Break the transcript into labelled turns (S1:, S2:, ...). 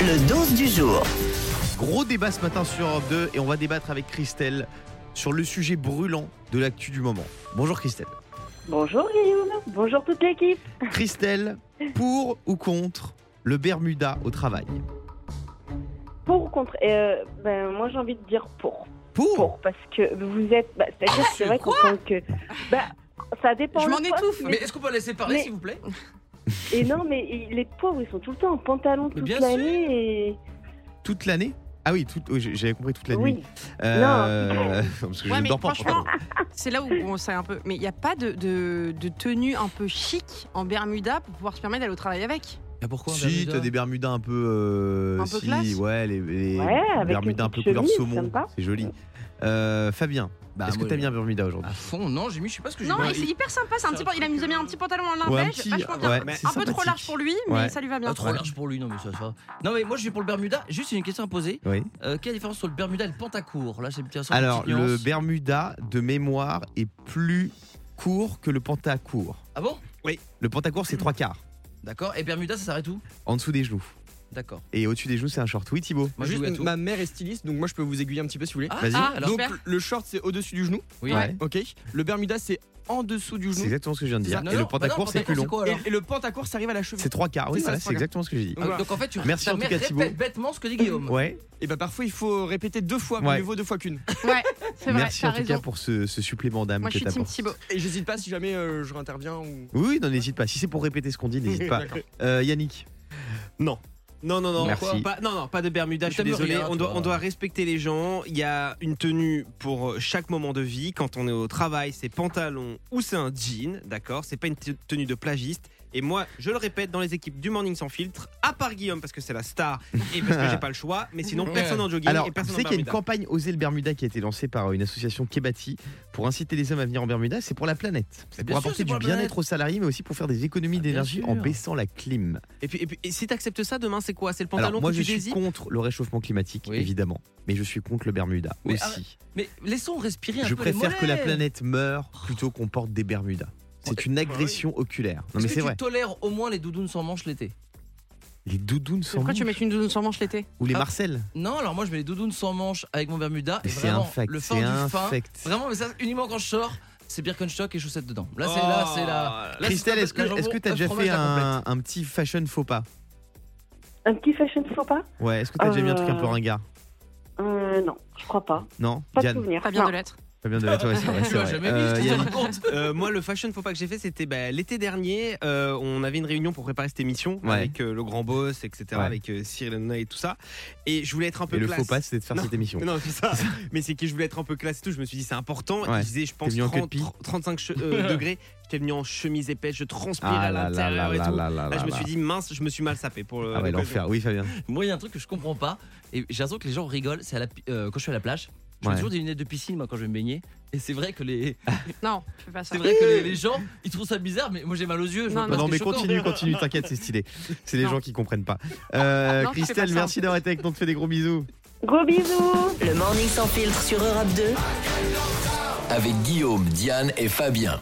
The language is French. S1: Le 12 du jour.
S2: Gros débat ce matin sur Europe 2 et on va débattre avec Christelle sur le sujet brûlant de l'actu du moment. Bonjour Christelle.
S3: Bonjour Guillaume, bonjour toute l'équipe.
S2: Christelle, pour ou contre le Bermuda au travail
S3: Pour ou contre euh, ben, Moi j'ai envie de dire pour.
S2: Pour,
S3: Pour, parce que vous êtes. Bah, C'est-à-dire que c'est vrai qu'en tant que. Bah, ça dépend.
S4: Je
S3: le
S4: m'en
S3: poids,
S4: étouffe.
S3: mais-
S5: Mais est-ce qu'on peut la séparer,
S3: Mais-
S5: s'il vous plaît
S3: Et non, mais et les pauvres ils sont tout le temps en pantalon toute
S5: bien
S3: l'année et.
S2: toute l'année Ah oui, toute- oui, j'ai- j'avais compris toute la nuit. Euh,
S3: Oui.
S2: parce que
S4: Ouais,
S2: je ne
S4: mais
S2: dors pas.
S4: franchement, c'est là où on sait un peu. Mais il n'y a pas de, de- de tenue un peu chic en Bermuda pour pouvoir se permettre d'aller au travail avec.
S2: Ah,
S5: pourquoi
S2: Si, t'as des Bermudas un peu. euh,
S4: Un peu
S2: si,
S4: classe
S2: ouais, les, les
S3: Ouais, avec
S2: Bermudas
S3: une
S2: un peu
S3: petite
S2: couleur
S3: chemise,
S2: saumon.
S3: sympa.
S2: C'est joli. Euh, Fabien,
S5: Bah,
S2: est-ce que
S5: moi,
S2: t'aimes
S5: je-
S2: bien Bermuda aujourd'hui
S5: À fond, non, j'ai mis, je sais pas ce que j'ai
S4: Non,
S5: mis. Ah,
S4: et c'est hyper sympa. C'est un
S5: c'est
S4: petit
S5: un
S4: pan- il a
S5: truc,
S4: mis, il a mis un petit pantalon en
S2: Ah. Ouais, un
S4: limpège,
S2: petit.
S4: vachement bien.
S2: ouais,
S5: Mais
S2: c'est
S4: un peu trop
S2: sympathique.
S4: large pour lui, mais
S2: Ouais.
S4: ça lui va bien.
S5: Ah, trop large pour lui, non mais ça, ça. Non mais moi je vais pour le Bermuda. Juste une question à poser.
S2: Oui.
S5: Euh, quelle est la différence entre le Bermuda et le Pantacourt Là, c'est une petite
S2: Alors, le
S5: nuance.
S2: Bermuda de mémoire est plus court que le pantacourt.
S5: Ah bon
S2: Le pantacourt, c'est trois quarts,
S5: D'accord. Et Bermuda, ça s'arrête où
S2: en dessous des genoux.
S5: D'accord.
S2: Et au-dessus des genoux, c'est un short. Oui, Thibaut
S5: Moi, je
S6: Juste,
S5: joue à
S6: donc,
S5: tout.
S6: ma mère est styliste, donc moi je peux vous aiguiller un petit peu si vous voulez.
S5: Ah,
S2: Vas-y.
S5: ah, alors,
S6: donc
S4: super.
S6: le short c'est au-dessus du genou,
S5: oui.
S2: Ouais.
S6: ok. Le Bermuda c'est en dessous du
S2: C'est
S6: genou.
S2: exactement ce que je viens de
S6: C'est
S2: dire.
S6: ça.
S5: Non,
S2: Et
S5: non,
S2: le
S5: bah non,
S2: pantacourt, c'est plus long.
S5: quoi, alors
S6: Et, et le pantacourt ça arrive à la cheville.
S2: C'est trois quarts. Oui,
S6: C'est ça,
S2: voilà,
S6: c'est
S2: c'est
S6: trois
S2: exactement ce que j'ai dit.
S5: Ah, Donc en fait, tu
S2: Merci
S5: ta
S2: en tout
S5: mère
S2: cas,
S5: répète
S2: Thibaut.
S5: bêtement ce que dit Guillaume.
S2: Ouais,
S6: Et bah parfois il faut répéter deux fois, mais
S2: Ouais.
S6: mieux vaut deux fois qu'une.
S4: Ouais, c'est vrai,
S2: merci
S4: t'as
S2: en tout cas
S4: raison.
S2: pour ce, ce supplément d'âme
S4: Moi, je
S2: que
S4: suis Team
S2: t'apportes.
S4: Thibaut.
S6: Et j'hésite pas si jamais euh, je réinterviens ou.
S2: Oui, oui, non, n'hésite pas. Si c'est pour répéter ce qu'on dit, n'hésite pas.
S6: D'accord.
S2: Euh, Yannick,
S7: Non. Non, non, non.
S2: Merci.
S7: Pas, non, non, pas de Bermuda,
S5: Mais
S7: je suis
S5: t'aimes
S7: désolé.
S5: rien,
S7: on, doit,
S5: toi.
S7: on doit respecter les gens. Il y a une tenue pour euh, chaque moment de vie. Quand on est au travail, c'est pantalon ou c'est un jean, d'accord C'est pas une te- tenue de plagiste. Et moi, je le répète, dans les équipes du Morning Sans Filtre, à part Guillaume parce que c'est la star et parce que j'ai pas le choix, mais sinon
S5: Ouais.
S7: personne en jogging
S2: alors,
S7: et
S2: vous
S7: personne en
S2: savez qu'il y a une
S7: Bermuda.
S2: campagne Oser le Bermuda qui a été lancée par une association Kebati pour inciter les hommes à venir en Bermuda. C'est pour la planète. C'est
S5: Bien
S2: pour
S5: sûr,
S2: apporter
S5: c'est pour
S2: du
S5: la planète.
S2: bien-être aux salariés, mais aussi pour faire des économies
S5: Ah, bien
S2: d'énergie
S5: sûr.
S2: en baissant la clim.
S7: Et puis, et puis- et si t'acceptes ça, demain c'est quoi C'est le pantalon
S2: Alors, moi,
S7: que
S2: je
S7: tu
S2: suis
S7: désires
S2: contre le réchauffement climatique,
S5: Oui. ah,
S2: évidemment, mais je suis contre le Bermuda
S5: Mais
S2: aussi.
S5: Mais laissons respirer un
S2: je
S5: peu les
S2: préfère que la
S5: mollets.
S2: planète meure plutôt qu'on porte des Bermudas. C'est une agression oculaire. Non,
S5: Est-ce
S2: mais
S5: que
S2: c'est
S5: tu
S2: vrai.
S5: tolères au moins les doudounes sans manches l'été
S2: Les doudounes sans
S4: Pourquoi tu
S2: manches
S4: mets une doudoune sans manche l'été
S2: ou les
S5: Ah.
S2: Marcel.
S5: Non, alors moi je mets les doudounes sans manches avec mon Bermuda. et
S2: C'est
S5: Ah, vraiment,
S2: infect.
S5: Le fin
S2: C'est
S5: du fin.
S2: infect.
S5: Vraiment, mais ça, uniquement quand je sors, c'est Birkenstock et chaussettes dedans.
S2: Ah,
S5: Là, c'est là, c'est là.
S7: Oh.
S5: Là,
S2: Christelle,
S5: c'est
S2: est-ce que
S5: la jambon,
S2: est-ce que t'as
S5: la
S2: déjà
S5: fromage,
S2: fait
S5: la
S2: un,
S5: complète.
S2: un petit fashion faux pas
S3: Un petit fashion faux pas
S2: Ouais. Est-ce que t'as déjà vu un truc un peu
S3: Euh,
S2: ringard
S3: Euh, Non, je crois pas.
S2: Non.
S3: Pas de
S2: Diane.
S3: souvenir.
S4: Pas bien
S3: Non.
S4: de l'être.
S2: Pas bien de la ouais, c'est vrai,
S5: Tu
S2: c'est
S5: l'as
S2: vrai.
S5: jamais vu,
S2: Euh,
S5: je te
S2: Yannick,
S5: rends compte.
S7: Euh, moi, le fashion faux pas que j'ai fait, c'était bah, l'été dernier. euh, on avait une réunion pour préparer cette émission
S2: Ouais.
S7: avec euh, le grand boss, etc.,
S2: Ouais.
S7: avec euh, Cyril Hanouna et tout ça. Et je voulais être un peu
S2: Et le
S7: classe.
S2: faux pas, c'était de faire
S7: Non.
S2: cette émission.
S7: Non, c'est ça. Mais c'est que je voulais être un peu classe et tout. Je me suis dit, c'est important.
S2: Ouais.
S7: Il faisait, je pense,
S2: venu en queue de
S7: 30,
S2: pie
S7: 35 che- euh, degrés. J'étais venu en chemise épaisse, je transpirais
S2: Ah
S7: à
S2: là là là
S7: l'intérieur et
S2: là
S7: tout.
S2: là là
S7: Là, je me
S2: là.
S7: suis dit, mince, je me suis mal sapé pour le.
S2: Ah ouais,
S7: l'occasion.
S2: l'enfer. Oui, Fabien.
S5: Moi, il y a un truc que je comprends pas, et j'ai l'impression que les gens rigolent, c'est à la pi- euh, quand je suis à la plage. Je
S2: Ouais.
S5: mets toujours des lunettes de piscine moi quand je vais me baigner et c'est vrai que les
S4: Non, je fais pas ça.
S5: c'est vrai que les, les gens ils trouvent ça bizarre mais moi j'ai mal aux yeux je
S4: Non,
S5: me
S2: Non,
S5: pense
S2: Ah. non,
S5: que
S2: mais
S5: c'est choquant.
S2: continue, continue, t'inquiète, c'est stylé. C'est les
S4: Non.
S2: gens qui comprennent pas. Euh,
S4: Non, tu fais pas
S2: Christelle,
S4: ça.
S2: merci d'avoir été avec nous, on te fait des gros bisous.
S3: Gros bisous
S1: Le morning sans filtre sur Europe 2.
S8: avec Guillaume, Diane et Fabien.